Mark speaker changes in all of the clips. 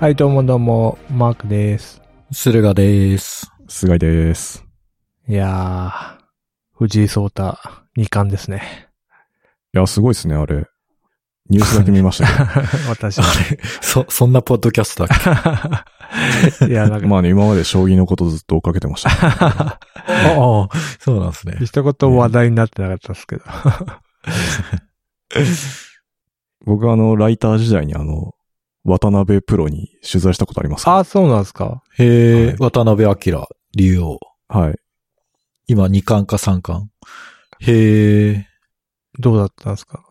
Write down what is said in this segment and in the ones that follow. Speaker 1: はい、どうもどうも、マークです。
Speaker 2: 駿河です。
Speaker 3: 菅井です。
Speaker 1: いやー、藤井聡太二冠ですね。
Speaker 3: いや、すごいですね、あれ。ニュースだけ見ました け
Speaker 1: 私
Speaker 2: あ。れそ、そんなポッドキャストだっけ
Speaker 1: いや、なん
Speaker 3: ど。
Speaker 1: か、
Speaker 3: まあね、今まで将棋のことずっと追っかけてまし た。
Speaker 2: ああ、そうなんですね。
Speaker 1: 一言話題になってなかったですけど。
Speaker 3: 僕はあの、ライター時代にあの、渡辺プロに取材したことあります
Speaker 1: あ、そうなんですか
Speaker 2: へえ、
Speaker 3: はい
Speaker 2: 渡辺明、竜王。
Speaker 3: はい。
Speaker 2: 今2巻か3巻。へ え。
Speaker 1: どうだったんですか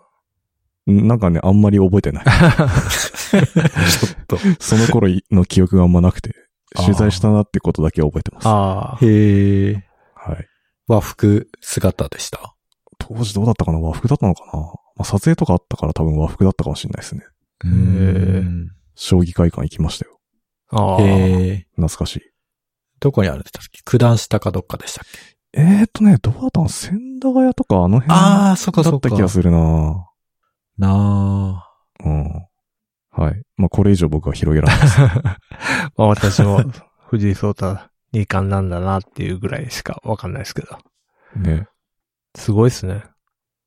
Speaker 3: んなんかね、あんまり覚え てない。
Speaker 2: ちょっと。
Speaker 3: その頃の記憶があんまなくて、
Speaker 2: あー
Speaker 3: 取材したなってことだけ覚えてます。は
Speaker 1: あー。
Speaker 2: へえ。
Speaker 3: い。
Speaker 2: 和服姿でした。
Speaker 3: 当時どうだったかな和服だったのかなまあ、撮影とかあったから多分和服だったかもしれないですね。
Speaker 2: へ
Speaker 1: うん
Speaker 3: 将棋会館行きましたよ。
Speaker 1: あ
Speaker 2: へ
Speaker 1: ー。
Speaker 2: え。
Speaker 3: 懐かしい。
Speaker 2: どこにあるんですか九段下かどっかでしたっけ
Speaker 3: えーっとね、どうだったの千駄ヶ谷とかあの辺だ
Speaker 2: ああ、そっかそっ
Speaker 3: っ
Speaker 2: か
Speaker 3: た。気がするな
Speaker 2: なあ。
Speaker 3: うん。はい。まあ、これ以上僕は広げられないです。
Speaker 1: まあ私も藤井聡太二冠なんだなっていうぐらいしかわかんないですけど。
Speaker 3: ね。
Speaker 1: すごいですね。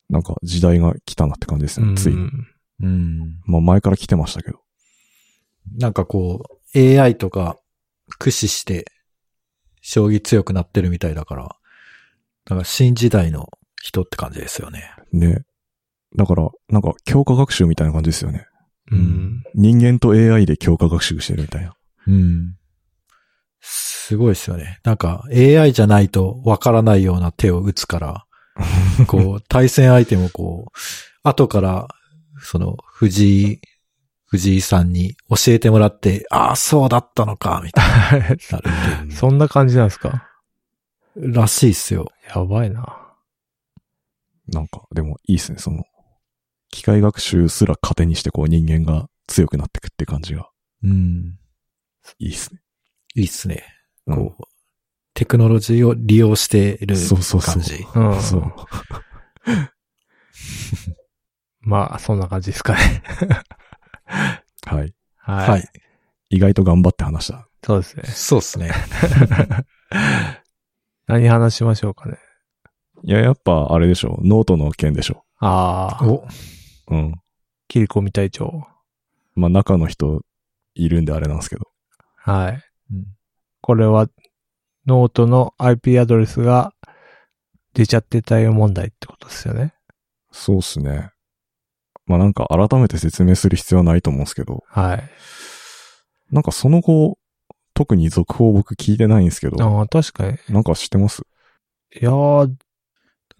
Speaker 3: なんか時代が来たなって感じですね。つい。
Speaker 1: うん
Speaker 2: うん。
Speaker 3: まあ、前から来てましたけど。
Speaker 2: なんかこう、AI とか駆使して、将棋強くなってるみたいだから、なんか新時代の人って感じですよね。
Speaker 3: ね。だから、なんか強化学習みたいな感じですよね。
Speaker 1: うん。
Speaker 3: 人間と AI で強化学習してるみたいな。
Speaker 2: うん。すごいですよね。なんか AI じゃないとわからないような手を打つ から、こう、対戦相手もこう、後から、その、藤井、藤井さんに教えてもらって、ああ、そうだったのか、みたいになるっていう
Speaker 1: そんな感じなんですか
Speaker 2: らしいっすよ。
Speaker 1: やばいな。
Speaker 3: なんか、でもいいですね。その、機械学習すら糧にしてこう人間が強くなってくって感じが
Speaker 2: うん。
Speaker 3: いいですね。
Speaker 2: いいっすね。
Speaker 3: うん
Speaker 2: こう、テクノロジーを利用してる感じ。
Speaker 3: そうそうそう
Speaker 1: うん。
Speaker 3: そう。
Speaker 1: まあ、そんな感じですかね。
Speaker 3: はい。
Speaker 1: はい。
Speaker 2: はい。
Speaker 3: 意外と頑張って話した。
Speaker 1: そうですね。
Speaker 2: そうですね。
Speaker 1: 何話しましょうかね。
Speaker 3: いや、やっぱあれでしょ。ノートの件でしょ。
Speaker 1: ああ、
Speaker 2: お、
Speaker 3: うん。
Speaker 1: 切り込み隊長。
Speaker 3: まあ、中の人いるんであれなんですけど。
Speaker 1: はい。
Speaker 2: うん
Speaker 1: これは、ノートの IP アドレスが出ちゃってたよ問題ってことですよね。
Speaker 3: そうっすね。まあなんか改めて説明する必要はないと思うんですけど、
Speaker 1: はい。
Speaker 3: なんかその後、特に続報僕聞いてないんですけど、
Speaker 1: ああ、確かに。
Speaker 3: なんか知ってます
Speaker 1: いやー、
Speaker 2: と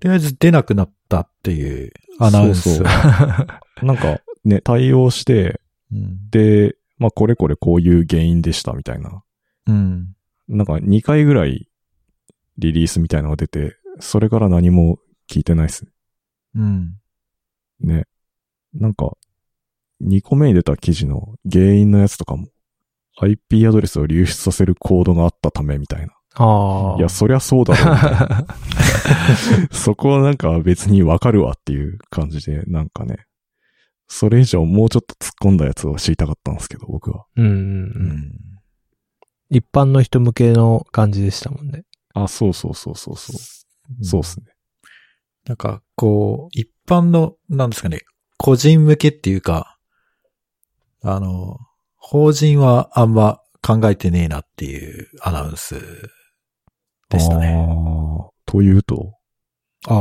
Speaker 2: りあえず出なくなったっていうアナウンス。
Speaker 3: そうなんかね、対応して、
Speaker 2: うん
Speaker 3: で、まあこれこれこういう原因でしたみたいな。
Speaker 2: うん。
Speaker 3: なんか2回ぐらいリリースみたいなのが出て、それから何も聞いてないっす
Speaker 2: うん。
Speaker 3: ね。なんか、2個目に出た記事の原因のやつとかも、IP アドレスを流出させるコードがあったためみたいな。
Speaker 1: ああ。
Speaker 3: いや、そりゃそうだろうみたいな。 そこはなんか別にわかるわっていう感じで、なんかね。それ以上もうちょっと突っ込んだやつを知りたかったんですけど、僕は。
Speaker 1: うんうんう
Speaker 2: う
Speaker 1: ん。
Speaker 2: ん。
Speaker 1: 一般の人向けの感じでしたもんね。
Speaker 3: あ、そうそうそうそうそう。そうっすね。
Speaker 2: なんか、こう、一般の、なんですかね、個人向けっていうか、あの、法人はあんま考えてねえなっていうアナウンスでしたね。
Speaker 3: あーというと、
Speaker 2: ああ。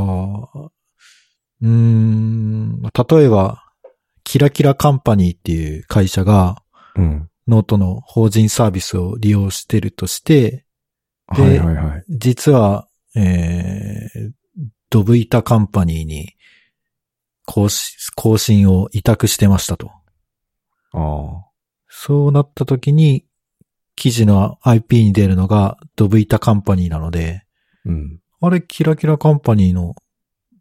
Speaker 2: うーん。例えば、キラキラカンパニーっていう会社が、
Speaker 3: うん。
Speaker 2: ノートの法人サービスを利用してるとして、で
Speaker 3: はいはいはい。
Speaker 2: 実は、えー、ドブ板カンパニーに更新、更新を委託してましたと。
Speaker 3: ああ。
Speaker 2: そうなった時に、記事の IP に出るのがドブ板カンパニーなので、
Speaker 3: うん。
Speaker 2: あれ、キラキラカンパニーの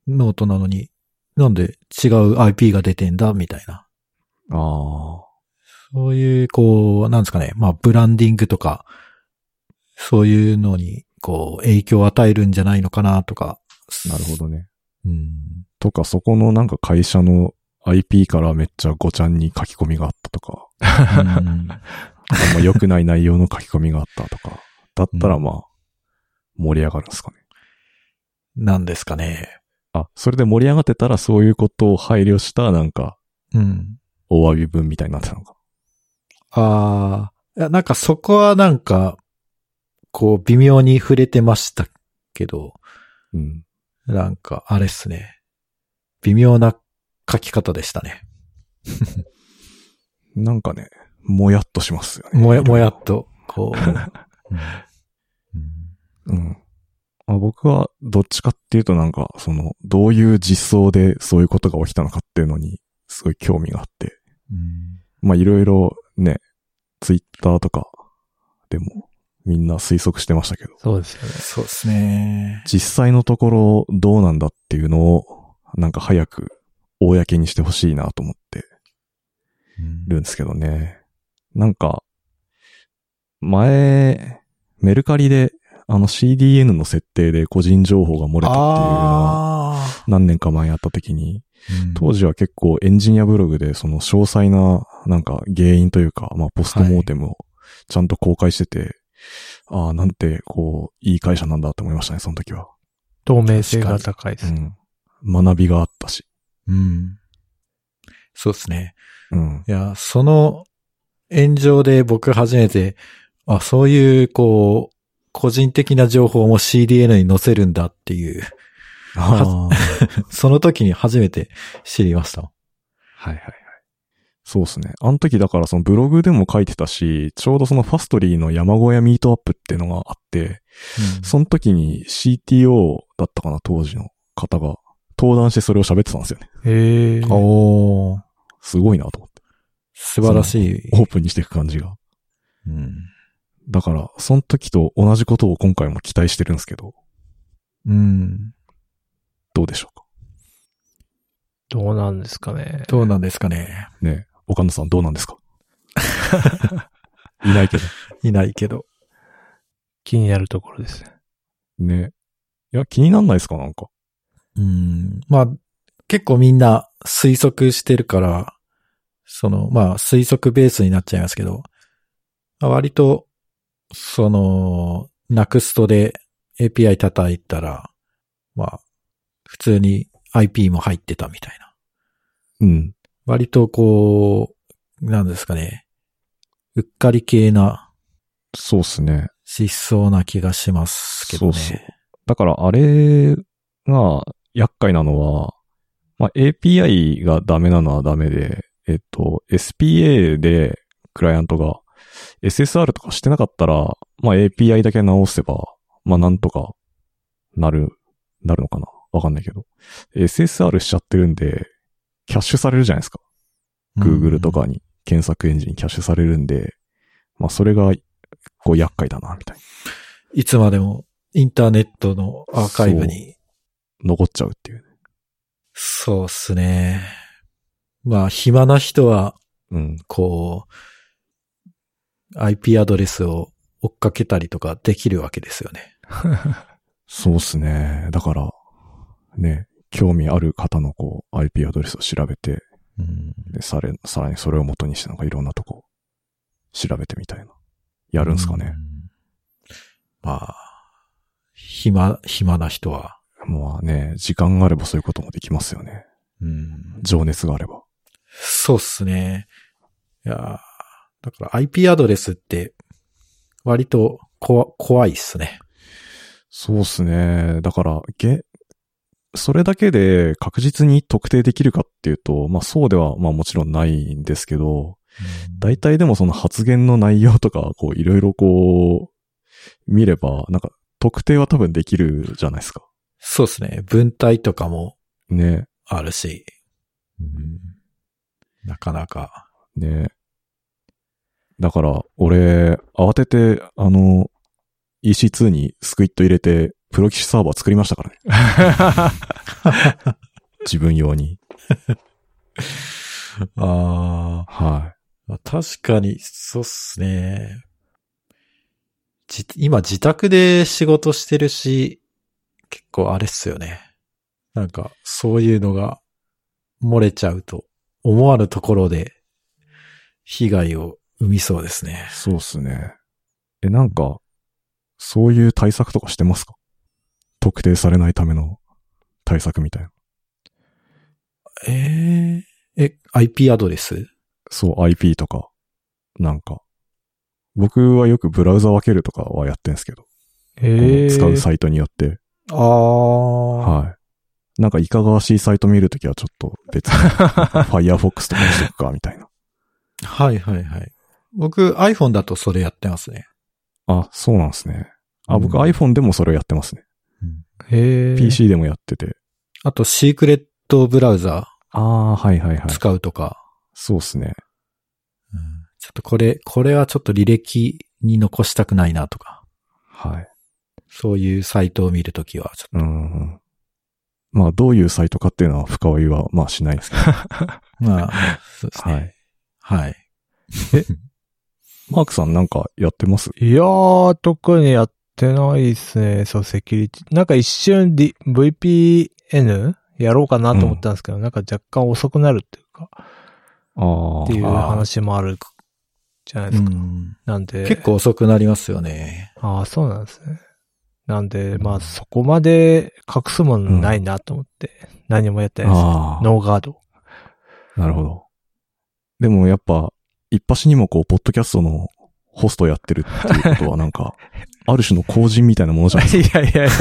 Speaker 2: ノートなのに、なんで違う IP が出てんだみたいな。
Speaker 3: あ
Speaker 2: そういう、こう、なんですかね。まあ、ブランディングとか、そういうのに、こう、影響を与えるんじゃないのかなとか。
Speaker 3: あ。なるほどね。
Speaker 2: うん。
Speaker 3: とか、そこのなんか会社の IP からめっちゃごちゃんに書き込みがあったとか、
Speaker 2: うん
Speaker 3: あんま良くない内容の書き込みがあったとか、だったらまあ、盛り上がるんですかね。
Speaker 2: なんですかね。
Speaker 3: あ、それで盛り上がってたらそういうことを配慮したなんか、
Speaker 2: うん。
Speaker 3: お詫び文みたいになってたのか。
Speaker 2: ああ、いやなんかそこはなんか、こう微妙に触れてましたけど、
Speaker 3: うん。
Speaker 2: なんかあれっすね。微妙な書き方でしたね。
Speaker 3: なんかね、もやっとしますよね。
Speaker 2: もや、もやっと、こ う。
Speaker 3: うん。まあ、僕はどっちかっていうとなんか、その、どういう実装でそういうことが起きたのかっていうのに、すごい興味があって。
Speaker 2: うん
Speaker 3: まあいろいろね、ツイッターとかでもみんな推測してましたけど、
Speaker 1: そうですよね。
Speaker 2: そうですね。
Speaker 3: 実際のところどうなんだっていうのを、なんか早く公にしてほしいなと思ってるんですけどね。なんか、前、メルカリで、あの CDN の設定で個人情報が漏れたっていうのは、
Speaker 2: あ
Speaker 3: 何年か前やった時に、
Speaker 2: ーうん
Speaker 3: 当時は結構エンジニアブログでその詳細ななんか原因というか、まあポストモーテムをちゃんと公開してて、ああ、なんてこう、いい会社なんだと思いましたね、その時は。
Speaker 1: 透明性が高いです。
Speaker 3: うん。学びがあったし。
Speaker 2: うん。そうですね。
Speaker 3: うん。
Speaker 2: いや、その炎上で僕初めて、あ、そういう、こう、個人的な情報も CDN に載せるんだっていう、
Speaker 3: ああ
Speaker 2: その時に初めて知りましたもん。
Speaker 3: はいはいはい。そうですね。あの時だからそのブログでも書いてたし、ちょうどそのファストリーの山小屋ミートアップっていうのがあって、その時に CTO だったかな、当時の方が登壇してそれを喋ってたんですよね。
Speaker 1: へえ。
Speaker 2: おー
Speaker 3: すごいなと思って。
Speaker 2: 素晴らしい。
Speaker 3: オープンにしていく感じが。
Speaker 2: うん。
Speaker 3: だから、その時と同じことを今回も期待してるんですけど、
Speaker 2: うん。
Speaker 3: どうでしょうか
Speaker 1: どうなんですかね。
Speaker 2: どうなんですかね。
Speaker 3: ねえ、岡野さんどうなんで すかいないけど。
Speaker 2: いないけど。
Speaker 1: 気になるところですね。
Speaker 3: ねえいや、気になんないですかなんか。
Speaker 2: うん。まあ、結構みんな推測してるから、その、まあ、推測ベースになっちゃいますけど、まあ割と、その、ナクストで API 叩いたら、まあ、普通に IP も入ってたみたいな。
Speaker 3: うん。
Speaker 2: 割とこう、なんですかね、うっかり系な
Speaker 3: そうっすね。
Speaker 2: 失踪な気がしますけどね。
Speaker 3: そうそうだから、あれが厄介なのは、まあ、API がダメなのはダメで、えっと、SPA でクライアントが SSR とかしてなかったら、まあ、API だけ直せば、まあ、なんとかなる、なるのかなわかんないけど。SSR しちゃってるんで、キャッシュされるじゃないですか。Google とかに、検索エンジンにキャッシュされるんで、まあ、それが、こう、厄介だな、みたい
Speaker 2: いつまでもインターネットのアーカイブに。
Speaker 3: な。残っちゃうっていう。
Speaker 2: そうっすね。まあ、暇な人は、
Speaker 3: うん。
Speaker 2: こう、IP アドレスを追っかけたりとかできるわけですよね。
Speaker 3: そうっすね。だから、ね、興味ある方のこう、IP アドレスを調べて、
Speaker 2: うん。
Speaker 3: でされ、さらにそれを元にしてなんかいろんなとこ、調べてみたいな。やるんすかね。
Speaker 2: まあ、暇、暇な人は、
Speaker 3: まあね、時間があればそういうこともできますよね。
Speaker 2: うん。
Speaker 3: 情熱があれば。
Speaker 2: そうっすね。いやーだから IP アドレスって、割とこわ怖いっすね。
Speaker 3: そうっすね。だから、げ、それだけで確実に特定できるかっていうと、まあそうでは、まあもちろんないんですけど、大体でもその発言の内容とか、こういろいろこう、見れば、なんか特定は多分できるじゃないですか。
Speaker 2: そうっすね。文体とかも
Speaker 3: ね。
Speaker 2: あるし、なかなか。
Speaker 3: ね。だから、俺、慌てて、あの、EC2 にスクイット入れて、プロ棋士サーバー作りましたからね。 自分用に。
Speaker 2: あ
Speaker 3: は
Speaker 2: あ、確かに、そうっすね。じ今自宅で仕事してるし、結構あれっすよね。なんか、そういうのが漏れちゃうと、思わぬところで被害を生みそうですね。
Speaker 3: そうっすね。え、なんか、そういう対策とかしてますか特定されないための対策みたいな。
Speaker 2: えええ、IP アドレス
Speaker 3: そう、IP とか、なんか。僕はよくブラウザ分けるとかはやってんすけど、
Speaker 1: ええ
Speaker 3: 使うサイトによって、
Speaker 2: ああ、
Speaker 3: はい。なんかいかがわしいサイト見るときはちょっと別 に、Firefox とかにしとくか、みたいな。
Speaker 2: はいはいはい。僕 iPhone だとそれやってますね。
Speaker 3: あ、そうなんですね。あ、僕
Speaker 2: うん
Speaker 3: iPhone でもそれをやってますね。
Speaker 1: ええ
Speaker 3: PC でもやってて。
Speaker 2: あとシークレットブラウザ
Speaker 3: ああ、はいはいはい。
Speaker 2: 使うとか、
Speaker 3: そうっすね。
Speaker 2: うんちょっとこれ、これはちょっと履歴に残したくないなとか、
Speaker 3: はい。
Speaker 2: そういうサイトを見るときはちょっ
Speaker 3: うん。まあ、どういうサイトかっていうのは深追いは、まあしない ですけど。
Speaker 2: と、まあ、そうですね。
Speaker 3: はい。
Speaker 2: はい。
Speaker 3: マークさんなんかやってます
Speaker 1: いやー、特にやってないですね。そう、セキュリティ。なんか一瞬、D、VPN やろうかなと思ったんですけど、なんか若干遅くなるっていうか、
Speaker 3: ああ。
Speaker 1: っていう話もあるじゃないですか。
Speaker 2: うん
Speaker 1: なんで、
Speaker 2: 結構遅くなりますよね。
Speaker 1: ああ、そうなんですね。なんで、まあそこまで隠すものないなと思って、何もやってないです。
Speaker 3: ああ。
Speaker 1: ノーガード。
Speaker 3: なるほど。でもやっぱ、一発にもこう、ポッドキャストのホストやってるっていうことはな んか、ある種の後人みたいなものじゃないですか
Speaker 1: いやいやいや。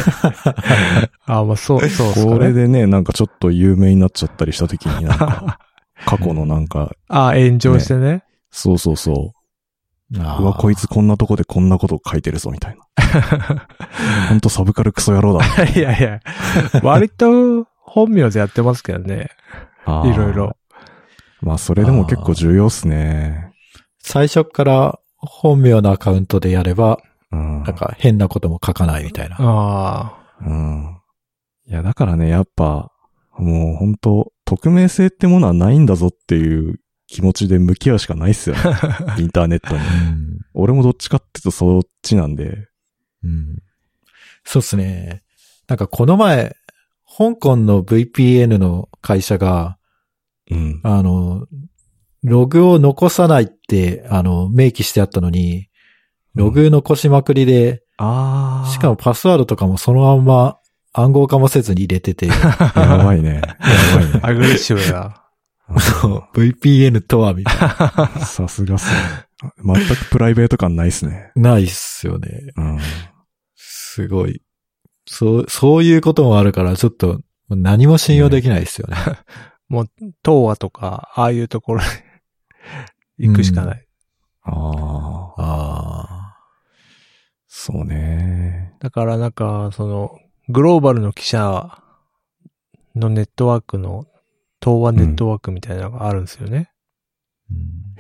Speaker 1: ああ、まあそう、そうすかね
Speaker 3: これでね、なんかちょっと有名になっちゃったりした時にな んか、過去のなんか、
Speaker 1: ああ、炎上してね。
Speaker 3: そうそうそう、
Speaker 2: あ
Speaker 3: うわ、こいつこんなとこでこんなこと書いてるぞ、みたい な。ほんとサブカルクソ野郎だ。
Speaker 1: いやいや。割と本名でやってますけどね。
Speaker 3: あ ー
Speaker 1: いろいろ。。
Speaker 3: まあ、それでも結構重要っすね。
Speaker 2: 最初から本名のアカウントでやれば、
Speaker 3: うん。
Speaker 2: なんか変なことも書かないみたいな。
Speaker 1: あ
Speaker 3: うん。いや、だからね、やっぱ、もう本当匿名性ってものはないんだぞっていう気持ちで向き合うしかないっ すよね。インターネットに。
Speaker 2: うん
Speaker 3: 俺もどっちかっていうとそっちなんで。
Speaker 2: うんそうですね。なんかこの前、香港の VPN の会社が、
Speaker 3: うん。
Speaker 2: あの、ログを残さないって、あの、明記してあったのに、ログ残しまくりで、
Speaker 3: あ
Speaker 2: しかもパスワードとかもそのまんま 暗号化もせずに入れてて、
Speaker 3: やばいね。やばいね
Speaker 1: あ。アグレッシブだ。
Speaker 2: そう VPN とはみたい
Speaker 3: さすがっすね。全くプライベート感ないっすね。
Speaker 2: な。ないっすよね。
Speaker 3: うん。
Speaker 2: すごい。そう、そういうこともあるから、ちょっと、何も信用できないですよね。
Speaker 1: 東和とか、ああいうところに行くしかない。
Speaker 3: ああ、
Speaker 2: あ
Speaker 3: そうね。
Speaker 1: だからなんか、その、グローバルの記者のネットワークの、東和ネットワークみたいなのがあるんですよね。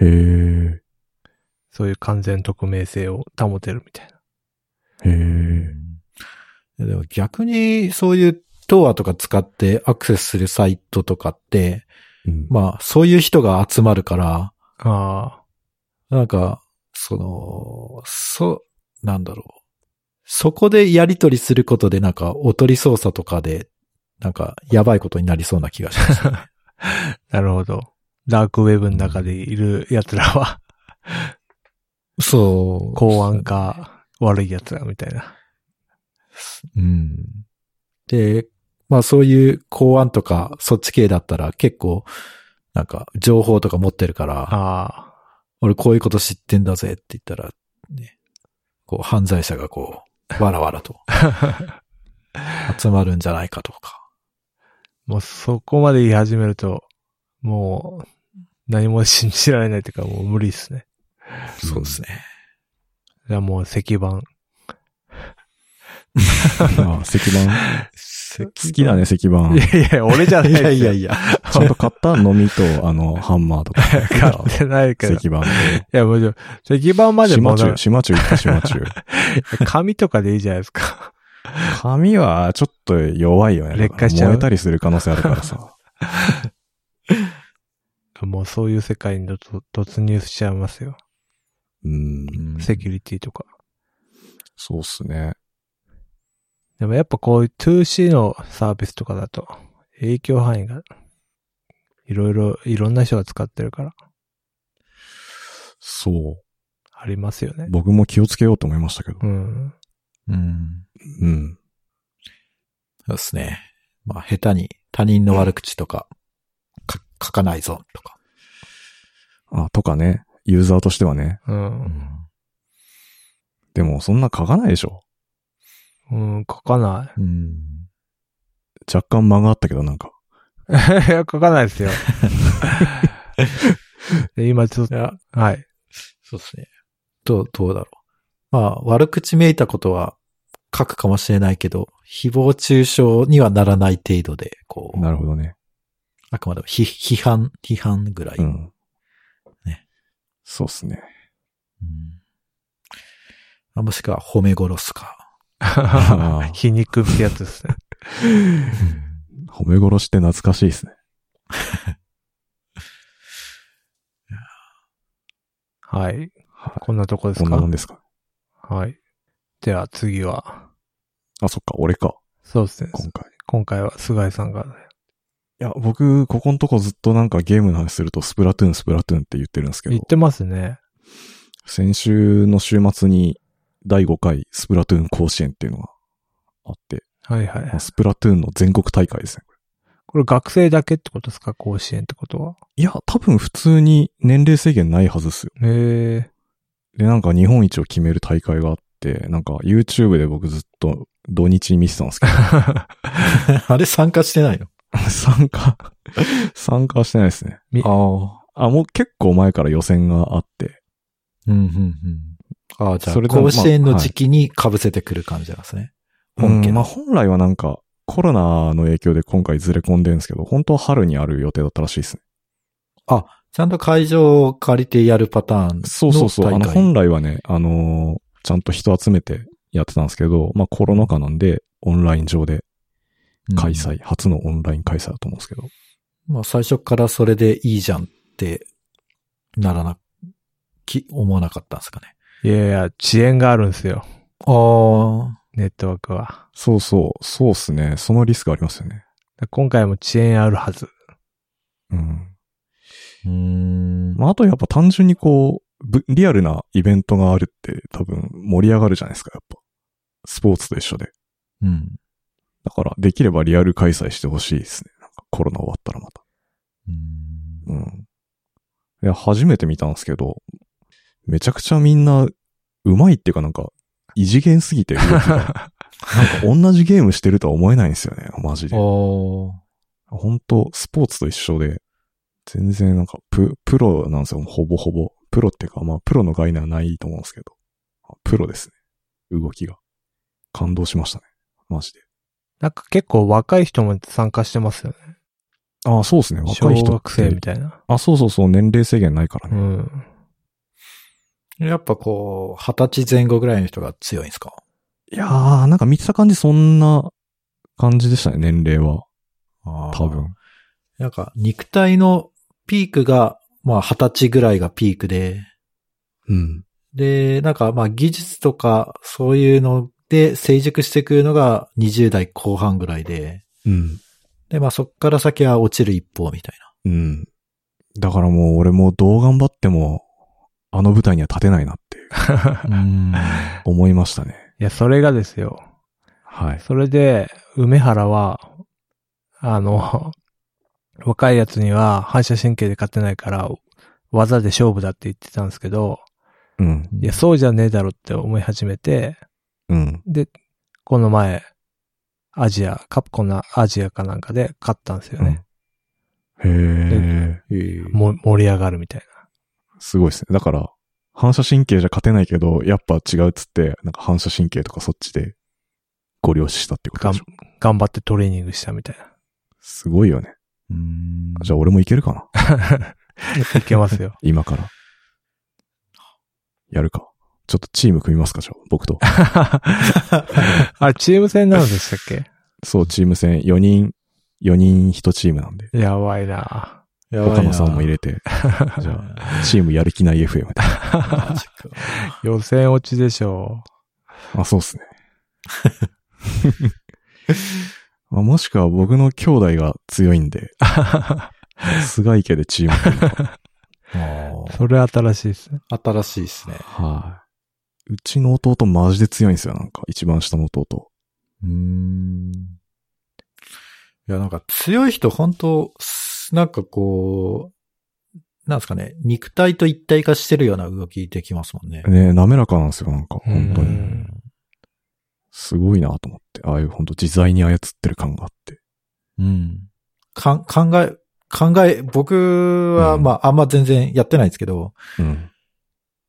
Speaker 2: ー
Speaker 3: へえ、
Speaker 1: そういう完全匿名性を保てるみたいな。
Speaker 2: う
Speaker 3: へ
Speaker 2: ん
Speaker 3: え、
Speaker 2: でも逆に、そういう、TOR とか使ってアクセスするサイトとかって、
Speaker 3: うん
Speaker 2: まあ、そういう人が集まるから、
Speaker 1: あ
Speaker 2: なんか、その、そ、なんだろう。そこでやり取りすることで、なんか、おとり捜査とかで、なんか、やばいことになりそうな気がします。
Speaker 1: あ、なるほど。ダークウェブの中でいる奴らは、
Speaker 2: そう。
Speaker 1: 公安か、悪い奴らみたいな。
Speaker 2: うん。で、まあそういう公安とか、そっち系だったら結構、なんか、情報とか持ってるから、
Speaker 1: あ
Speaker 2: 俺こういうこと知ってんだぜって言ったら、ね、こう、犯罪者がこう、わらわら と、集まるんじゃないかとか。
Speaker 1: もうそこまで言い始めると、もう、何も信じられないというか、もう無理ですね。
Speaker 2: そうですね。
Speaker 1: じゃあもう石板。
Speaker 3: あ石 板。
Speaker 2: 好
Speaker 3: 好きだね、石
Speaker 1: い
Speaker 3: 板。
Speaker 1: やいや、俺じゃない
Speaker 2: い
Speaker 1: ですよ
Speaker 2: やいやいや。
Speaker 3: ちゃんと買ったのみと、あの、ハンマーとか。
Speaker 1: 買ってないから。い
Speaker 3: 石板。
Speaker 1: や、もちろん、石板までも
Speaker 3: 島
Speaker 1: うなん
Speaker 3: 中、
Speaker 1: か
Speaker 3: 島中行った島中。
Speaker 1: 紙とかでいいじゃないですか。
Speaker 3: 髪はちょっと弱いよね。
Speaker 1: 劣化しちゃう
Speaker 3: 燃えたりする可能性あるか らさ。
Speaker 1: もうそういう世界に突突入しちゃいますよ。
Speaker 3: うん。
Speaker 1: セキュリティとか。
Speaker 3: そうっすね。
Speaker 1: でもやっぱこういう 2C のサービスとかだと影響範囲がいろいろ、いろんな人が使ってるから、
Speaker 3: そ
Speaker 1: ありますよね
Speaker 3: う。。僕も気をつけようと思いましたけど
Speaker 1: う。ん。
Speaker 2: うん。
Speaker 3: うん。
Speaker 2: そうですね。まあ、下手に他人の悪口とか、か書かないぞ、とか。
Speaker 3: あ、とかね。ユーザーとしてはね。
Speaker 1: う。
Speaker 2: うんん。
Speaker 3: でも、そんな書かないでしょ。
Speaker 1: うん、書かない。
Speaker 2: うん。
Speaker 3: 若干間があったけど、なんか。
Speaker 1: いや、書かないですよ。 で今ちょっ
Speaker 2: い
Speaker 1: と、
Speaker 2: や、
Speaker 1: はい。
Speaker 2: そうですね。どう、どうだろう。まあ、悪口めいたことは書くかもしれないけど、誹謗中傷にはならない程度で、こう、
Speaker 3: なるほどね。
Speaker 2: あくまでも批批判、批判ぐらい。
Speaker 3: うん。
Speaker 2: ね。
Speaker 3: そうっす ね。
Speaker 2: うんあもしくは褒め殺すか。
Speaker 3: あー
Speaker 1: 皮肉ってやつですね。
Speaker 3: 褒め殺しって懐かしいですね。
Speaker 1: はい。
Speaker 3: はい
Speaker 1: こんなとこです
Speaker 3: こんなも
Speaker 1: か
Speaker 3: んですか。
Speaker 1: はい。では次は、
Speaker 3: あ、そっか、俺か。
Speaker 1: そうですね。
Speaker 3: 今回。
Speaker 1: 今回は菅井さんが、
Speaker 3: いや、僕、ここのとこずっとなんかゲームの話すると、スプラトゥーン、スプラトゥーンって言ってるんですけ
Speaker 1: 言
Speaker 3: ど
Speaker 1: っ、てますね。
Speaker 3: 先週の週末に第5回スプラトゥーン甲子園っていうのがあって、
Speaker 1: はいはい
Speaker 3: まあ。スプラトゥーンの全国大会ですね。これ
Speaker 1: これ学生だけってことですか甲子園ってことは。
Speaker 3: いや、多分普通に年齢制限ないはずっすよ。
Speaker 1: へえ。
Speaker 3: で、なんか日本一を決める大会があって、なんか YouTube で僕ずっと土日に見てたん ですけど、
Speaker 2: あれ参加してないの
Speaker 3: 参加、参加はしてないですね。
Speaker 1: み
Speaker 3: ああ。あ、もう結構前から予選があって、
Speaker 2: うん、うん、うん。ああ、じゃあ、
Speaker 3: それでも
Speaker 2: 甲子園
Speaker 3: ま
Speaker 2: の
Speaker 3: あはい
Speaker 2: 時期に被せてくる感じなんですね。本家
Speaker 3: うん
Speaker 2: の
Speaker 3: まあ本来はなんかコロナの影響で今回ずれ込んでるんですけど、本当は春にある予定だったらしいですね。
Speaker 2: ちゃんと会場を借りてやるパターンの大会。
Speaker 3: そうそうそう。あの本来はね、あのーちゃんと人集めてやってたんですけど、まあコロナ禍なんでオンライン上で開催、初のオンライン開催だと思うんですけど。
Speaker 2: まあ最初からそれでいいじゃんってならな、き、思わなかったんですかね。
Speaker 1: いやいや、遅延があるんですよ。
Speaker 2: ああ。
Speaker 1: ネットワークは。
Speaker 3: そうそう、そうっすね。そのリスクありますよね。
Speaker 1: だ今回も遅延あるはず。
Speaker 3: うん。
Speaker 2: うーん。
Speaker 3: まああとやっぱ単純にこう、ぶリアルなイベントがあるって多分盛り上がるじゃないですか、やっぱ。スポーツと一緒で。
Speaker 2: うん。
Speaker 3: だから、できればリアル開催してほしいですね。なんかコロナ終わったらまた。
Speaker 2: うん
Speaker 3: うん。いや、初めて見たんですけど、めちゃくちゃみんな、うまいっていうかなんか、異次元すぎて動き が、なんか同じゲームしてるとは思えないんですよね、マジ
Speaker 2: あ
Speaker 3: で。
Speaker 2: ー
Speaker 3: 本当スポーツと一緒で、全然なんかプ、プロなんですよ、ほぼほぼ。プロっていうか、まあ、プロの概念はないと思うんですけど、あプロですね。動きが。感動しましたね。マジで。
Speaker 1: なんか結構若い人も参加してますよね。
Speaker 3: ああ、そうですね。
Speaker 1: 小
Speaker 3: 若い人って。
Speaker 1: 学生みたいな。
Speaker 3: あ、そうそうそう、年齢制限ないから
Speaker 1: う
Speaker 3: ね。
Speaker 1: ん。
Speaker 2: やっぱこう、二十歳前後ぐらいの人が強いんですか
Speaker 3: いやー、なんか見てた感じ、そんな感じでしたね、年齢は。
Speaker 2: あー
Speaker 3: 多。分。
Speaker 2: なんか肉体のピークが、まあ二十歳ぐらいがピークで、
Speaker 3: うん。
Speaker 2: で、なんかまあ技術とかそういうので成熟してくるのが20代後半ぐらいで、
Speaker 3: うん。
Speaker 2: で、まあそっから先は落ちる一方みたい
Speaker 3: うん。だからもう、俺もどう頑張っても、あの舞台には立てないなっていう
Speaker 2: な。 うん。
Speaker 3: 思いましたね。
Speaker 1: いや、それがですよ。
Speaker 3: はい。
Speaker 1: それで、梅原は、あの、 若いやつには反射神経で勝てないから、技で勝負だって言ってたんですけど、
Speaker 3: うん。
Speaker 1: いや、そうじゃねえだろって思い始めて、
Speaker 3: うん。
Speaker 1: で、この前、アジア、カプコンのアジアかなんかで勝ったんですよね。
Speaker 3: へえ。
Speaker 2: ええ
Speaker 1: も盛り上がるみたい
Speaker 3: すごいですね。だから、反射神経じゃ勝てないけど、やっぱ違うっつって、なんか反射神経とかそっちで、ご了承したってことでしょ。
Speaker 1: な。頑張ってトレーニングしたみたい
Speaker 3: すごいよね。
Speaker 2: うん
Speaker 3: じゃあ俺もいけるかな。
Speaker 1: な。いけますよ。
Speaker 3: 今から。やるか。ちょっとチーム組みますか、じゃあ、僕と。
Speaker 1: あれ、チーム戦なんでしたっけ
Speaker 3: そう、チーム戦4人、4人1チームなんで。
Speaker 1: やばいな
Speaker 2: やばいな
Speaker 3: 岡野さんも入 れて、じゃあ、チームやる気ない FM で。
Speaker 2: マジか
Speaker 1: 予選落ちでしょ
Speaker 3: あ、そう っすね。 まあもしくは僕の兄弟が強いんで、菅池でチーム組んだ。
Speaker 2: あ
Speaker 1: それ新しいですね。
Speaker 2: あ新しいですね。
Speaker 3: はい。うちの弟マジで強いんですよ、なんか。一番下の弟。
Speaker 2: うーん。いや、なんか強い人本当すなんかこう、なんですかね、肉体と一体化してるような動きできますもんね。
Speaker 3: ね滑らかなんですよ、なんか。本当
Speaker 1: う
Speaker 3: に。
Speaker 1: ん
Speaker 3: すごいなと思って。ああいう本当自在に操ってる感があって。
Speaker 2: うん。かん、考え、考え、僕は、
Speaker 3: うん
Speaker 2: まあ、あんま全然やってないんですけど、
Speaker 3: うん。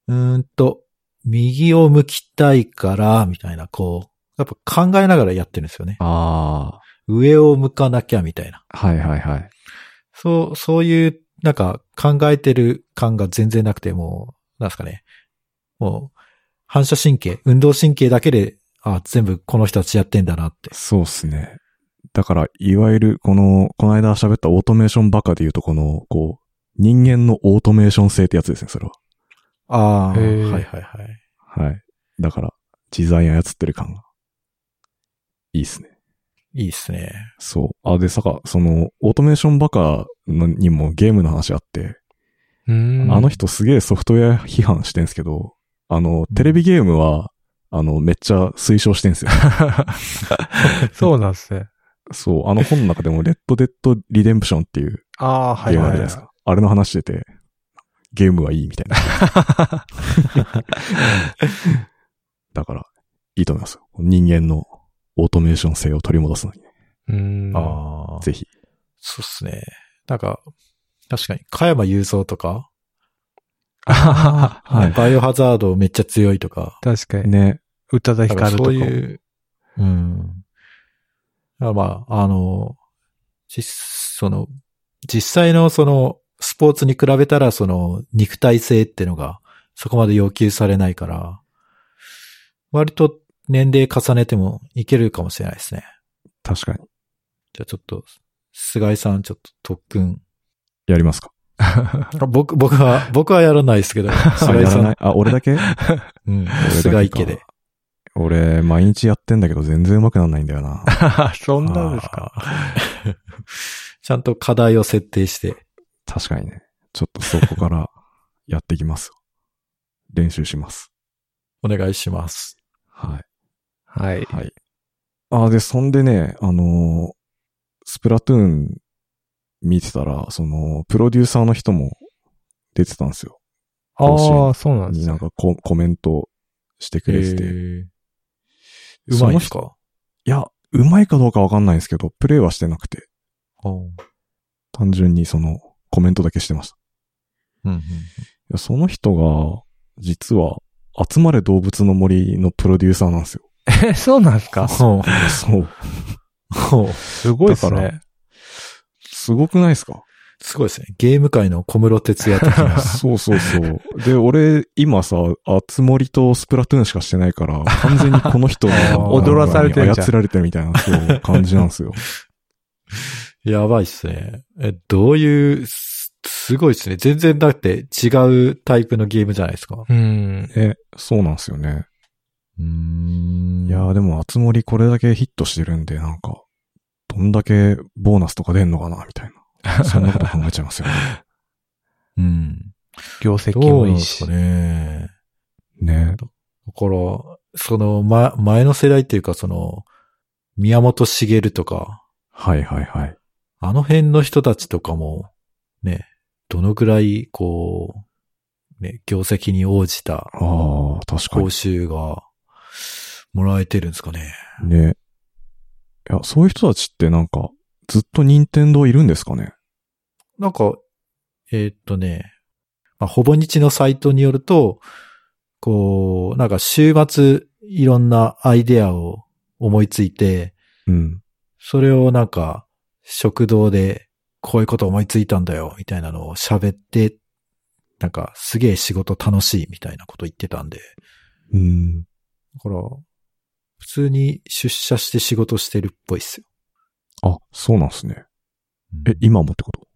Speaker 2: うーんと、右を向きたいから、みたいな、こう、やっぱ考えながらやってるんですよね。
Speaker 3: あ
Speaker 2: 上を向かなきゃ、みたいな。
Speaker 3: あ。はいはいはい。
Speaker 2: そう、そういう、なんか、考えてる感が全然なくて、もう、なんですかね。もう、反射神経、運動神経だけで、あ、全部この人たちやってんだなって。
Speaker 3: そうっすね。だから、いわゆる、この、この間喋ったオートメーションバカで言うと、この、こう、人間のオートメーション性ってやつですね、それは。
Speaker 2: ああ、は
Speaker 1: へ
Speaker 2: い
Speaker 1: ー
Speaker 2: はいはい。
Speaker 3: はい。だから、自在に操ってる感が。いいっすね。
Speaker 2: いいっすね。
Speaker 3: そう。あ、で、さか、その、オートメーションバカのにもゲームの話あって、
Speaker 1: うん。
Speaker 3: あの人すげえソフトウェア批判してんすけど、あの、テレビゲームは、あの、めっちゃ推奨してんすよ。
Speaker 1: そうなんですね。
Speaker 3: そう。あの本の中でも、レッドデッドリデンプションっていう
Speaker 1: ああ、
Speaker 3: ゲ
Speaker 1: はい
Speaker 3: ームある
Speaker 1: は
Speaker 3: じゃない
Speaker 1: い
Speaker 3: ですか。あれの話してて、ゲームはいいみたいな。だから、いいと思いますよ。人間のオートメーション性を取り戻すのにね、
Speaker 1: うん。
Speaker 2: ああ。
Speaker 3: ぜひ。
Speaker 2: そうっすね。なんか、確かに、加山雄三とか、
Speaker 1: あ。
Speaker 3: はい
Speaker 2: バイオハザードめっちゃ強いとか、
Speaker 1: 確かに。
Speaker 3: ね。
Speaker 1: 宇多田ヒ
Speaker 2: なん
Speaker 1: カ
Speaker 2: か
Speaker 1: ルとかも。
Speaker 2: そういう、うん。だからまあ、あの、実、その、実際のその、スポーツに比べたら、その、肉体性ってのが、そこまで要求されないから、割と年齢重ねてもいけるかもしれないですね。
Speaker 3: 確かに。
Speaker 2: じゃあちょっと、菅井さん、ちょっと特訓。
Speaker 3: やりますか。
Speaker 2: あ僕、僕は、僕はやらないですけど、
Speaker 3: あ、
Speaker 2: 菅
Speaker 3: や
Speaker 2: 井
Speaker 3: ら
Speaker 2: さん
Speaker 3: ない。あ、俺だけ
Speaker 2: うん
Speaker 3: 俺だけ。か
Speaker 2: 菅井家 で。。
Speaker 3: 俺、毎日やってんだけど全然上手くなんないんだよな。
Speaker 1: そんなんですか。
Speaker 2: あー ちゃんと課題を設定して。
Speaker 3: 確かにね。ちょっとそこから やってきますよ。練習します。
Speaker 2: お願いします。
Speaker 3: は
Speaker 1: はい
Speaker 3: い。。はい。あ、で、そんでね、あのースプラトゥーン見てたら、その、プロデューサーの人も出てたんですよ。
Speaker 1: ああ、そうなんです
Speaker 3: な
Speaker 1: ね
Speaker 3: ん。かココメントしてくれてて。
Speaker 2: う
Speaker 3: そ
Speaker 2: まい
Speaker 3: の
Speaker 2: で
Speaker 3: 人
Speaker 2: すか
Speaker 3: いや、うまいかどうかわかんないんですけど、プレイはしてなくて、
Speaker 2: うん
Speaker 3: 単純にその、コメントだけしてました。
Speaker 2: うん
Speaker 3: いや、その人が、実は、集まれ動物の森のプロデューサーなんですよ。
Speaker 1: え、そうなんですか
Speaker 2: ほ
Speaker 3: そう。
Speaker 2: うほう
Speaker 1: すごいです
Speaker 3: だか
Speaker 1: ね。
Speaker 3: すごくないです か
Speaker 2: すごいですね。ゲーム界の小室哲也的な。
Speaker 3: そうそうそう。で、俺、今さ、あつ森とスプラトゥーンしかしてないから、完全にこの 人
Speaker 1: 踊らされてるじゃん
Speaker 3: 操られてるみたいな、そう、感じなんですよ。
Speaker 2: やばいっすね。え、どういう、すすごいっすね。全然だって違うタイプのゲームじゃないですか。
Speaker 1: うん。
Speaker 3: え、そうなんですよね。
Speaker 2: うん
Speaker 3: いやーでも、あつ森これだけヒットしてるんで、なんか、どんだけボーナスとか出んのかな、みたいな。そんなこと考えちゃいますよ ね。
Speaker 2: うん。
Speaker 1: 業績
Speaker 2: ど
Speaker 1: も
Speaker 2: う
Speaker 1: い
Speaker 2: なん
Speaker 1: い
Speaker 2: です
Speaker 1: し。
Speaker 2: かね。
Speaker 3: ね
Speaker 2: だから、その、ま、前の世代っていうか、その、宮本茂とか、
Speaker 3: はいはいはい。
Speaker 2: あの辺の人たちとかも、ね、どのぐらい、こう、ね、業績に応じた
Speaker 3: ああ、確かに
Speaker 2: 報。酬がもらえてるんですかね。
Speaker 3: ね。いや、そういう人たちってなんか、ずっと任天堂いるんですかね
Speaker 2: なんか、えーっとね、まあ、ほぼ日のサイトによると、こう、なんか週末いろんなアイデアを思いついて、
Speaker 3: うん。
Speaker 2: それをなんか、食堂で、こういうこと思いついたんだよ、みたいなのを喋って、なんか、すげえ仕事楽しい、みたいなこと言ってたんで。
Speaker 3: うん。
Speaker 2: だから、普通に出社して仕事してるっぽいっすよ。
Speaker 3: あ、そうなんすね。え、今もってこと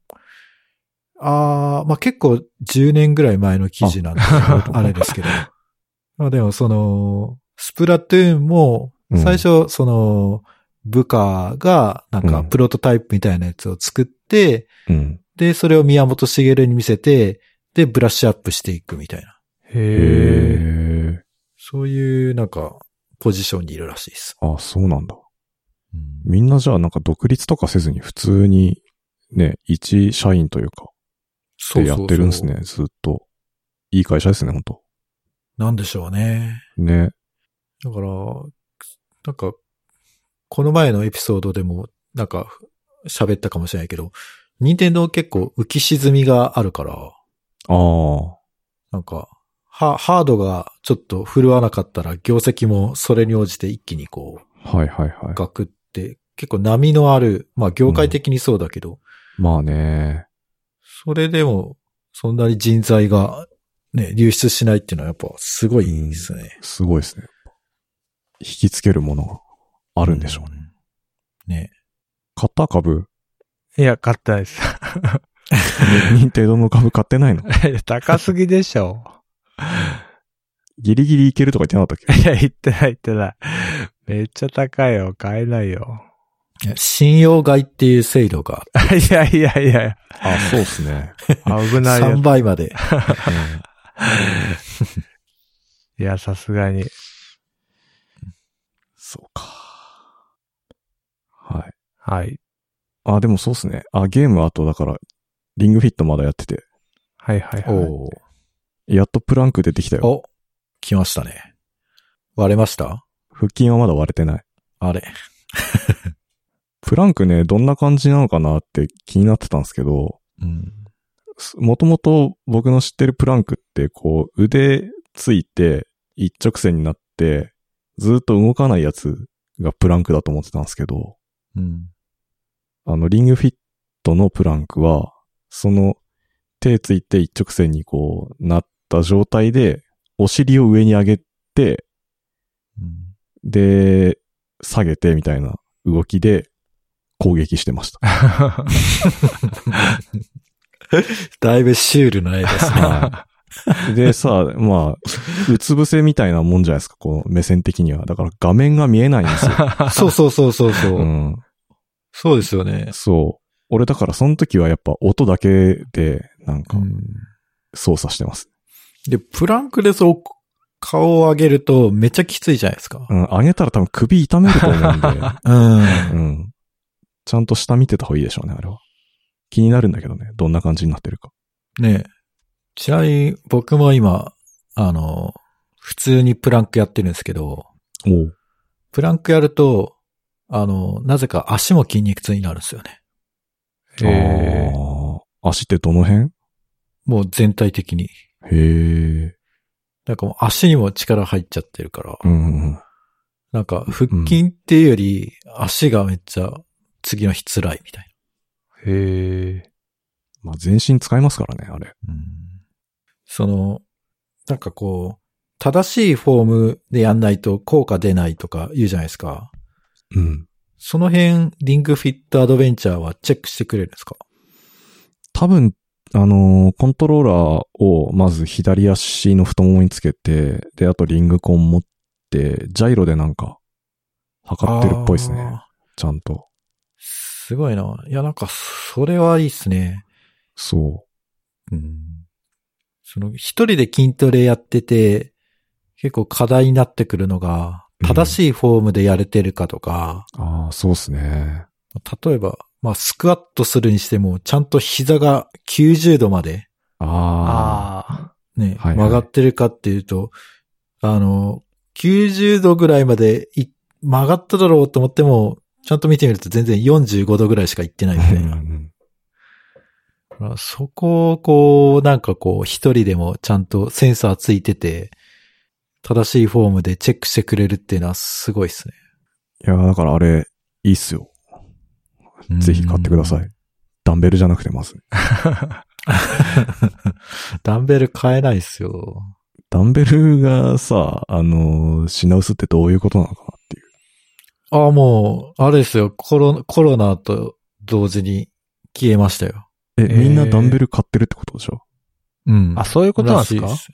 Speaker 2: あー、まあ、結構10年ぐらい前の記事なんですけど、
Speaker 3: あ
Speaker 2: あれですけど。 まあでもその、スプラトゥーンも、最初その、部下がなん
Speaker 3: う
Speaker 2: か
Speaker 3: ん
Speaker 2: プロトタイプみたいなやつを作って、
Speaker 3: うん。
Speaker 2: で、それを宮本茂に見せて、で、ブラッシュアップしていくみたいな。
Speaker 1: へえ。
Speaker 3: え。
Speaker 2: そういう、なんか、ポジションにいるらしいです。
Speaker 3: あ、そうなんだ。
Speaker 2: うん
Speaker 3: みんなじゃあなんか独立とかせずに普通に、ね、一社員というか、
Speaker 2: そ
Speaker 3: でやってるんですね、。ずっと。いい会社ですね、本当
Speaker 2: なんでしょうね。
Speaker 3: ね。
Speaker 2: だから、なんか、この前のエピソードでも、なんか、喋ったかもしれないけど、任天堂結構浮き沈みがあるから、
Speaker 3: ああ。
Speaker 2: なんか、ハハードがちょっと振るわなかったら、業績もそれに応じて一気にこ、
Speaker 3: はいはいうは
Speaker 2: ガクって、結構波のある、まあ業界的にそうだけど、
Speaker 3: い。まあね。
Speaker 2: それでも、そんなに人材が、ね、流出しないっていうのはやっぱすごいですね。
Speaker 3: すごいですね。引きつけるものがあ
Speaker 2: あ
Speaker 3: るんでしょうね。
Speaker 2: ね。ね。
Speaker 3: 買った株
Speaker 1: いや、買ってないです。
Speaker 3: 任天堂の株買ってないの
Speaker 1: 高すぎでしょ。
Speaker 3: ギリギリいけるとか言ってなかったっけ
Speaker 1: いや、言ってない言ってない。めっちゃ高いよ。買えないよ。
Speaker 2: いや信用買いっていう制度が
Speaker 1: いやいやいや、
Speaker 3: あ、そうですね。
Speaker 1: 危ないや
Speaker 2: 3倍まで。
Speaker 1: つ。いや、さすがに。
Speaker 3: そうか。はい。
Speaker 1: はい。
Speaker 3: あ、でもそうっすね。あ、ゲームあとだから、リングフィットまだやってて、
Speaker 1: はいはいはい。
Speaker 2: おー
Speaker 3: やっとプランク出てきたよ。
Speaker 2: お、来ましたね。割れました
Speaker 3: 腹筋はまだ割れてない。
Speaker 2: あれ。
Speaker 3: プランクね、どんな感じなのかなって気になってたんですけど、
Speaker 2: うん。
Speaker 3: すもともと僕の知ってるプランクって、こう、腕ついて、一直線になって、ずっと動かないやつがプランクだと思ってたんですけど、
Speaker 2: うん。
Speaker 3: あの、リングフィットのプランクは、その、手ついて一直線にこう、なった状態で、お尻を上に上げて、
Speaker 2: うん
Speaker 3: で、下げてみたいな動きで、攻撃してました。
Speaker 2: だいぶシュールな絵ですね。
Speaker 3: はい。でさ、まあ、うつ伏せみたいなもんじゃないですか、こう、目線的には。だから画面が見えないんですよ。
Speaker 2: そうそうそうそうそう、
Speaker 3: うん。
Speaker 2: そうですよね。
Speaker 3: そう。俺だからその時はやっぱ音だけで、なんか、操作してます。
Speaker 2: で、プランクでそう、顔を上げるとめっちゃきついじゃないですか
Speaker 3: う。ん、上げたら多分首痛めると思うん で、
Speaker 2: うん。
Speaker 3: うん。ちゃんと下見てた方がいいでしょうね、あれは。気になるんだけどね、どんな感じになってるか。
Speaker 2: ねえ。ちなみに僕も今、あの、普通にプランクやってるんですけど、
Speaker 3: おう。
Speaker 2: プランクやると、あの、なぜか足も筋肉痛になるんですよね。
Speaker 1: へえ
Speaker 3: あー足ってどの辺
Speaker 2: もう全体的に。
Speaker 3: へえ。
Speaker 2: なんかもう足にも力入っちゃってるから、
Speaker 3: うんうん。
Speaker 2: なんか腹筋っていうより足がめっちゃ次の日辛いみたい
Speaker 1: へえ。
Speaker 3: まあ、全身使いますからね、あれ。
Speaker 2: な。その、なんかこう、正しいフォームでやんないと効果出ないとか言うじゃないですか。
Speaker 3: うん。
Speaker 2: その辺、リングフィットアドベンチャーはチェックしてくれるんですか
Speaker 3: 多分、あのーコントローラーをまず左足の太ももにつけて、で、あとリングコン持って、ジャイロでなんか、測ってるっぽいですね。
Speaker 2: あー。
Speaker 3: ちゃんと。
Speaker 2: すごいな。いや、なんか、それはいいっすね。
Speaker 3: そ
Speaker 2: うん。その、一人で筋トレやってて、結構課題になってくるのが、
Speaker 3: うん
Speaker 2: 正しいフォームでやれてるかとか、
Speaker 3: う。ああ、そうですね。
Speaker 2: 例えば、まあ、スクワットするにしても、ちゃんと膝が90度まで、
Speaker 3: ああ。
Speaker 1: あ
Speaker 2: ね、
Speaker 3: はいはい
Speaker 2: 曲がってるかっていうと、あの、90度ぐらいまでい曲がっただろうと思っても、ちゃんと見てみると全然45度ぐらいしか行ってないみた
Speaker 3: う
Speaker 2: いな。
Speaker 3: ん
Speaker 2: まあそこをこう、なんかこう、一人でもちゃんとセンサーついてて、正しいフォームでチェックしてくれるっていうのはすごいですね。
Speaker 3: いやー、だからあれ、いいっすよ。ぜひ買ってくださ
Speaker 2: う
Speaker 3: い
Speaker 2: ん。。
Speaker 3: ダンベルじゃなくてまず。
Speaker 2: ダンベル買えないっすよ。
Speaker 3: ダンベルがさ、あのー品薄ってどういうことなのかなっていう。
Speaker 2: ああ、もう、あれですよ、コロ、コロナと同時に消えましたよ。
Speaker 3: え、
Speaker 1: えー
Speaker 3: みんなダンベル買ってるってことでしょ
Speaker 2: うん。
Speaker 1: あ。あ、そういうことなんですから
Speaker 2: しいっす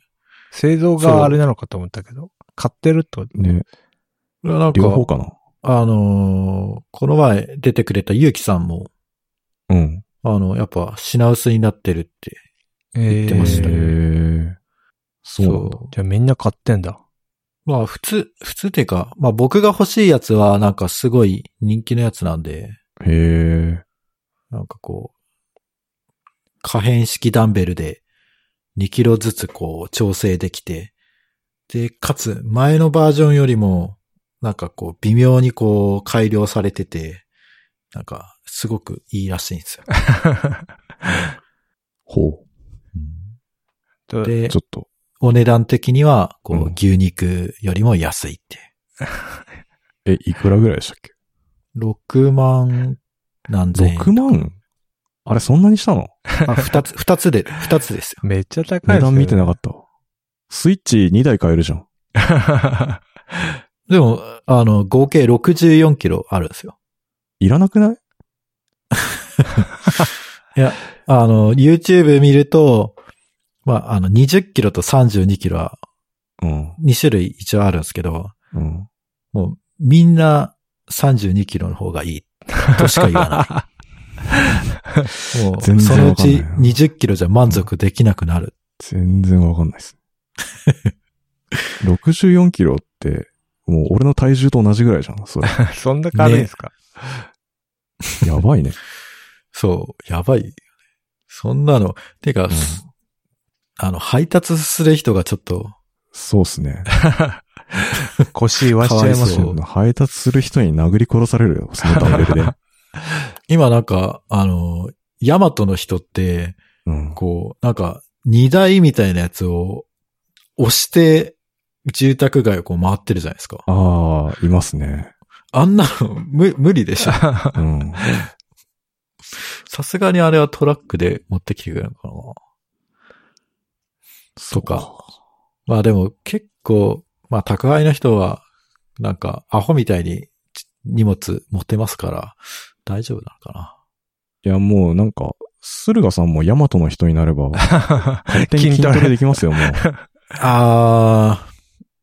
Speaker 1: 製造があれなのかと思ったけど。買ってるってこと
Speaker 3: ね。
Speaker 2: いやなんか、
Speaker 3: 両方かな
Speaker 2: あのーこの前出てくれたゆうきさんも、
Speaker 3: うん。
Speaker 2: あの、やっぱ品薄になってるって。
Speaker 1: え
Speaker 2: 言ってました
Speaker 3: へ
Speaker 2: ね
Speaker 1: ー
Speaker 3: ーそうなんだ。
Speaker 1: じゃあみんな買ってんだ。
Speaker 2: まあ普通、普通っていうか、まあ僕が欲しいやつはなんかすごい人気のやつなんで、
Speaker 3: へえ。
Speaker 2: なんかこう、可変式ダンベルで2キロずつこう調整できて、で、かつ前のバージョンよりも、なんかこう微妙にこう改良されてて、なんかすごくいいらしいんですよ。
Speaker 3: ほ
Speaker 1: と
Speaker 2: で
Speaker 3: う。ちょっと。
Speaker 2: お値段的には、こ
Speaker 3: う
Speaker 2: う、
Speaker 3: ん
Speaker 2: 牛肉よりも安いって。
Speaker 3: え、いくらぐらいでしたっけ
Speaker 2: 6万何千円。
Speaker 3: ?6 万あれ、そんなにしたの
Speaker 2: あ、二つ、二つで、二つですよ。
Speaker 1: めっちゃ高いですよね
Speaker 3: 値段見てなかったわ。スイッチ2台買えるじゃん。
Speaker 2: でも、あの、合計64キロあるんですよ。
Speaker 3: いらなくない
Speaker 2: あの、YouTube 見ると、まあ、あの、20キロと32キロは
Speaker 3: うん。
Speaker 2: 2種類一応あるんですけど、
Speaker 3: うん。
Speaker 2: もう、みんな32キロの方がいいとしか言わ ない。もう、そ
Speaker 3: 全然
Speaker 2: の
Speaker 3: わ
Speaker 2: う
Speaker 3: かんない
Speaker 2: ち
Speaker 3: な
Speaker 2: 20キロじゃ満足できなくなる。
Speaker 3: 全然わかんな いです。64キロって、もう俺の体重と同じぐらいじゃん。 それ。
Speaker 1: そんな軽いんですか、
Speaker 3: やばいね。
Speaker 2: そう、やばいよね。そんなの、てか、
Speaker 3: ん
Speaker 2: すあの、配達する人がちょっと、
Speaker 3: そうっすね。
Speaker 1: 腰言わしちゃいま
Speaker 2: かわい
Speaker 1: す
Speaker 2: そ
Speaker 1: よ。
Speaker 2: う
Speaker 3: 配達する人に殴り殺されるよ。そのダンベ ルで。
Speaker 2: 今なんか、あの、ヤマトの人って、
Speaker 3: うん。
Speaker 2: こう、なんか、荷台みたいなやつを押して、住宅街をこう回ってるじゃないですか。
Speaker 3: ああ、いますね。
Speaker 2: あんなの、無、無理でしょ。
Speaker 3: うん。
Speaker 2: さすがにあれはトラックで持ってきてくれるのかな。
Speaker 3: そう
Speaker 2: か。まあでも結構、まあ宅配の人は、なんかアホみたいにち荷物持ってますから、大丈夫なのかな。
Speaker 3: いや、もうなんか、駿河さんもヤマトの人にな れば、勝手に筋
Speaker 1: 筋ト
Speaker 3: ト
Speaker 1: レ
Speaker 3: レできますよ、もう。
Speaker 2: あ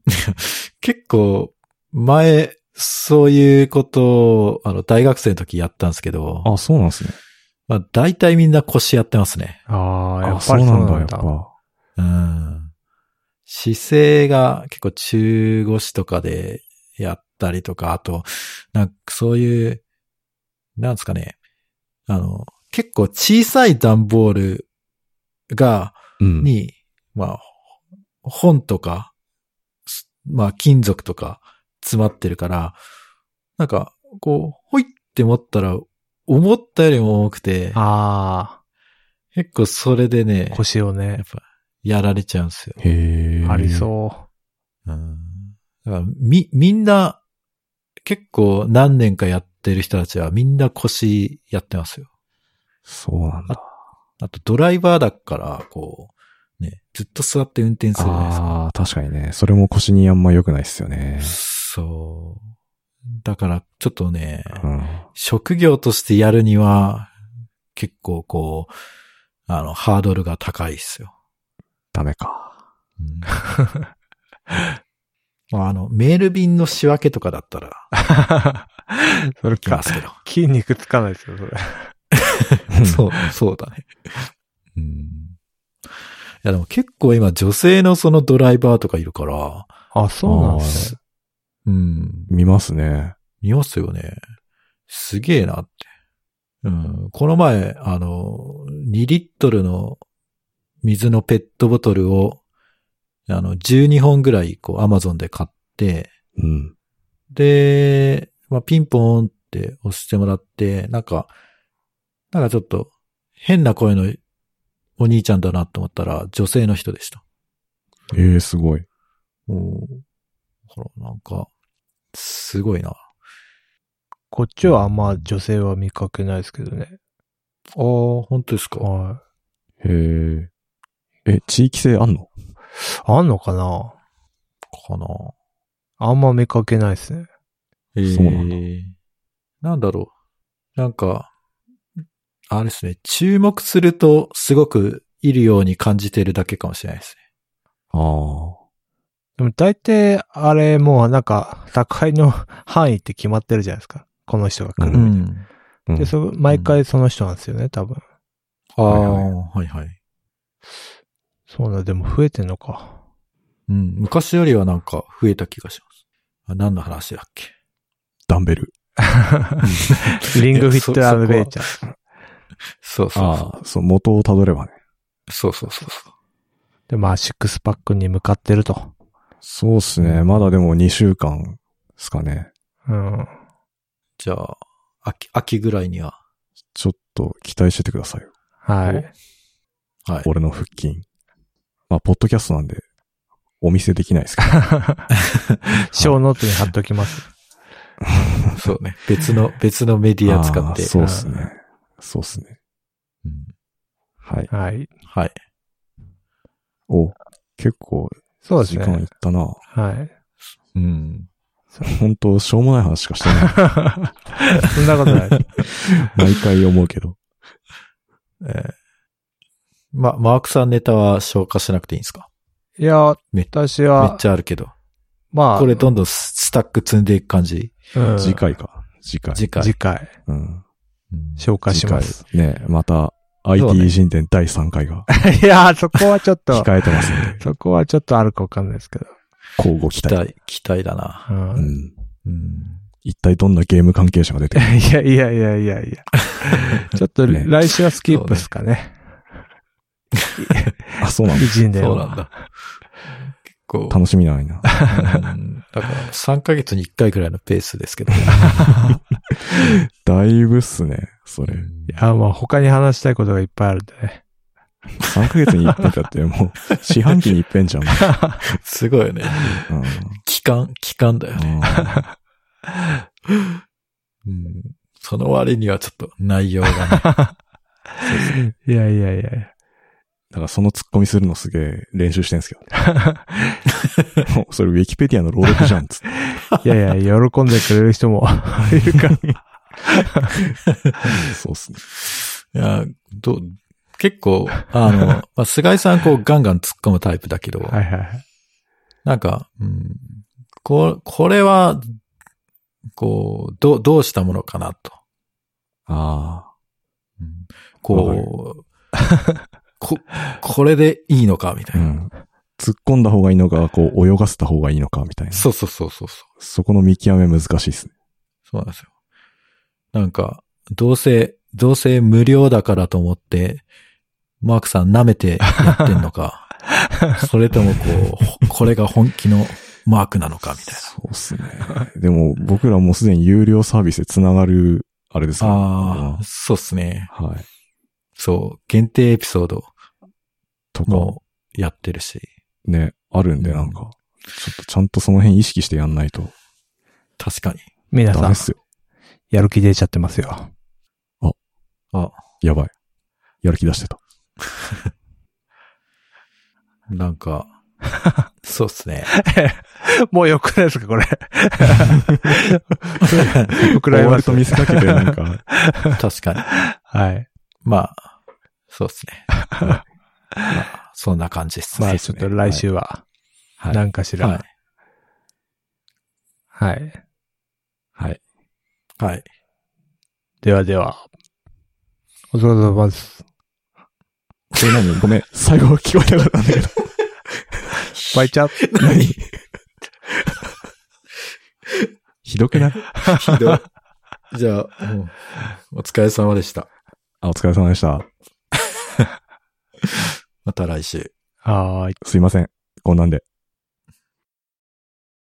Speaker 2: ー、 結構前、そういうことを、あの、大学生の時やったんですけど、
Speaker 3: あ、そうなんですね。
Speaker 2: まあ大体みんな腰やってますね。
Speaker 1: あ あ、やっ
Speaker 3: あ、
Speaker 1: ぱ
Speaker 3: そう
Speaker 1: り
Speaker 3: な
Speaker 1: そうん
Speaker 3: だ、
Speaker 1: な
Speaker 3: や
Speaker 1: ん
Speaker 3: っ
Speaker 1: だ。
Speaker 3: ぱ。
Speaker 2: うん。姿勢が結構中腰とかでやったりとか、あと、なんかそういう、なんですかね、あの、結構小さい段ボールが、
Speaker 3: うん。
Speaker 2: に、まあ、本とか、すまあ、金属とか詰まってるから、なんか、こう、ほいって持ったら、思ったよりも重くて、
Speaker 1: あ
Speaker 2: 結構それでね
Speaker 1: あ、、腰を
Speaker 2: や
Speaker 1: ね
Speaker 2: っ、ぱ、やられちゃうんですよ。
Speaker 3: へえ。
Speaker 1: ありそう。
Speaker 2: うんだからみ、みんな、結構何年かやってる人たちはみんな腰やってますよ。
Speaker 3: そうなんだ。
Speaker 2: あとドライバーだから、こう、ね、ずっと座って運転するじゃないですか。
Speaker 3: ああー、確かにね。それも腰にあんま良くないっすよね。
Speaker 2: そう。だから、ちょっとね、
Speaker 3: うん。
Speaker 2: 職業としてやるには、結構こう、あの、ハードルが高いっすよ。
Speaker 3: ダメか。
Speaker 2: うん、 まあ、あの、メール便の仕分けとかだったら、
Speaker 1: それ
Speaker 2: いま
Speaker 1: か、
Speaker 2: すけど。
Speaker 1: 筋肉つかないですよ、それ。
Speaker 2: そう、そうだね。うん。いやでも結構今女性のそのドライバーとかいるから、
Speaker 1: あ、そうなんですね。
Speaker 2: うん、
Speaker 3: 見ますね。
Speaker 2: 見ますよね。すげえなって。うん、この前、あの、2リットルの水のペットボトルを、あの、12本ぐらい、こう、アマゾンで買って、
Speaker 3: うん。
Speaker 2: で、まあ、ピンポーンって押してもらって、なんか、なんかちょっと変な声のお兄ちゃんだなと思ったら女性の人でした。
Speaker 3: ええすごい。
Speaker 2: おほら、なんか、すごいな。あ
Speaker 1: こっちはあんま女性は見かけないですけどね。
Speaker 2: あ、本当ですか。
Speaker 1: は
Speaker 3: へえ。え、地域性あんの
Speaker 1: い。あんのかな
Speaker 2: かな。
Speaker 1: あんま見かけないですね。
Speaker 2: ええ
Speaker 3: そうなんだ
Speaker 2: なんだろう。なんか、あれですね。注目するとすごくいるように感じてるだけかもしれないですね。
Speaker 3: ああ。
Speaker 1: でも大体、あれ、もうなんか、宅配の範囲って決まってるじゃないですか。この人が来る。
Speaker 3: うん
Speaker 2: ん。
Speaker 3: うん
Speaker 1: で、そ、毎回その人なんですよね、多分。
Speaker 2: あ
Speaker 3: はい
Speaker 2: あ、
Speaker 3: はい
Speaker 2: はいはい。
Speaker 1: そうなんだ、でも増えてんのか。
Speaker 2: うん、昔よりはなんか増えた気がします。あ何の話だっけ
Speaker 3: ダンベル。
Speaker 1: リングフィットアームベイちゃん。
Speaker 2: そうそうそう。
Speaker 3: ああ、そう、元をたどればね。
Speaker 2: そうそうそうそう。
Speaker 1: で、まあ、シックスパックに向かってると。
Speaker 3: そうっすね。まだでも2週間ですかね。
Speaker 1: うん。
Speaker 2: じゃあ、秋、秋ぐらいには。
Speaker 3: ちょっと期待しててくださいよ。
Speaker 1: はい。
Speaker 2: はい。
Speaker 3: 俺の腹筋。まあ、ポッドキャストなんで、お見せできないですけど。
Speaker 1: ショーノートに貼っときます。
Speaker 2: そうね。別の、別のメディア使って。
Speaker 3: あーそうっすね。そうっすね。
Speaker 2: うん
Speaker 3: はい。
Speaker 1: はい。
Speaker 2: はい。
Speaker 3: お、結構、
Speaker 1: そうです
Speaker 3: 時間いっ
Speaker 1: ね。
Speaker 3: たな。
Speaker 1: はい。
Speaker 2: うん。
Speaker 3: 本当しょうもない話しかし てな
Speaker 1: そんなことない。
Speaker 3: い。毎回思うけど。
Speaker 2: えーま、マークさんネタは消化しなくていいんですか
Speaker 1: いや、
Speaker 2: め
Speaker 1: 私
Speaker 2: めっ
Speaker 1: は、
Speaker 2: ちゃあるけど。
Speaker 1: まあ、
Speaker 2: これどんどんススタック積んでいく感じ。
Speaker 1: うん
Speaker 3: 次回か。次回。
Speaker 2: 次回。
Speaker 1: 次回、
Speaker 3: うん。
Speaker 2: うん
Speaker 1: 紹介します。
Speaker 3: 次回ね、また、
Speaker 2: そう
Speaker 3: IT
Speaker 2: ね
Speaker 3: 人伝第3回が
Speaker 1: いやー、そこはちょっと、
Speaker 3: 控えてますんで、
Speaker 1: そこはちょっとあるかわかんないですけど。
Speaker 3: 交互期
Speaker 2: 期
Speaker 3: 待。
Speaker 2: 待、期待だな。
Speaker 1: うん
Speaker 3: うん。
Speaker 2: うん。
Speaker 3: 一体どんなゲーム関係者が出てくる
Speaker 1: いやいやいやいやい や。ちょっと
Speaker 3: ね
Speaker 1: 来週はスキップですかね。
Speaker 3: あ、そ うなんだ。
Speaker 1: 偉人伝
Speaker 2: そ
Speaker 1: は
Speaker 2: うなんだ。結構、
Speaker 3: 楽しみないな。
Speaker 2: うんだから3ヶ月に1回ぐらいのペースですけど。
Speaker 3: だいぶっすね、それ。
Speaker 1: いや、まあ他に話したいことがいっぱいあるんでね。
Speaker 3: 3ヶ月に一遍だって、もう、四半期に一遍じゃん。
Speaker 2: すごいよね。
Speaker 3: うん
Speaker 2: 期間、期間だよね。うんその割にはちょっと内 容がね。
Speaker 1: いやいやいやいや。
Speaker 3: だからその突っ込みするのすげえ練習してんすけど。もうそれウィキペディアの朗読じゃんっつって。
Speaker 1: いやいや、喜んでくれる人 もいるから。
Speaker 3: そうっすね。
Speaker 2: いや、どう、結構、あ の、まあ、菅井さんこうガンガン突っ込むタイプだけど、
Speaker 1: はいはい。
Speaker 2: なんか、うん、ここれは、こう、どう、どうしたものかなと。
Speaker 3: あ
Speaker 2: こう、 こ、これでいいのかみ
Speaker 3: あ。
Speaker 2: た
Speaker 3: う
Speaker 2: いな。
Speaker 3: ん。突っ込んだ方がいいのか、こう泳がせた方がいいのか、みたいな。
Speaker 2: そうそうそうそうそう。
Speaker 3: そこの見極め難しいっすね。
Speaker 2: そうなんですよ。なんか、どうせ、どうせ無料だからと思って、マークさん舐めてやってんの か、それともこうほ、これが本気のマークなのかみたい
Speaker 3: そうっすね。でも僕らもうすでに有料サービスで繋がる、あれです
Speaker 2: な。
Speaker 3: から
Speaker 2: ああ、そうっすね。
Speaker 3: うんはい。
Speaker 2: そう、限定エピソード
Speaker 3: とか、
Speaker 2: もやってるし、
Speaker 3: ね、あるんでなんか、ちょっとちゃんとその辺意識してやんないと
Speaker 2: 確かに。
Speaker 1: 皆
Speaker 3: ダ
Speaker 1: さ
Speaker 3: メっ
Speaker 1: ん、
Speaker 3: すよ。
Speaker 1: やる気出ちゃってますよ。
Speaker 2: あ、
Speaker 3: やばい。やる気出してた。
Speaker 2: なん か、そうっすね。
Speaker 1: もうよくないですか、これ。よく
Speaker 3: こ
Speaker 1: ら
Speaker 3: れ
Speaker 1: い
Speaker 3: 終わ
Speaker 1: ま
Speaker 3: る
Speaker 1: す
Speaker 3: と見せかけてな んか、
Speaker 2: 確かに。
Speaker 1: はい。
Speaker 2: まあ、そうっす ね。まあ、そんな感じっすね。
Speaker 1: まあちょっと来週は、
Speaker 3: はい
Speaker 1: 何かしら。
Speaker 2: はい
Speaker 1: はい。
Speaker 3: はい。
Speaker 2: はい。
Speaker 1: ではでは、お疲れ様です。
Speaker 3: え、なにごめん。最後聞こえなかったんだけど。
Speaker 1: バイチャー
Speaker 2: 何
Speaker 3: ひどくない
Speaker 2: ひどい。じゃあ、もうお疲れ様でした。
Speaker 3: あ、お疲れ様でした。
Speaker 2: また来週。
Speaker 1: はーい。
Speaker 3: すいません。こんなんで。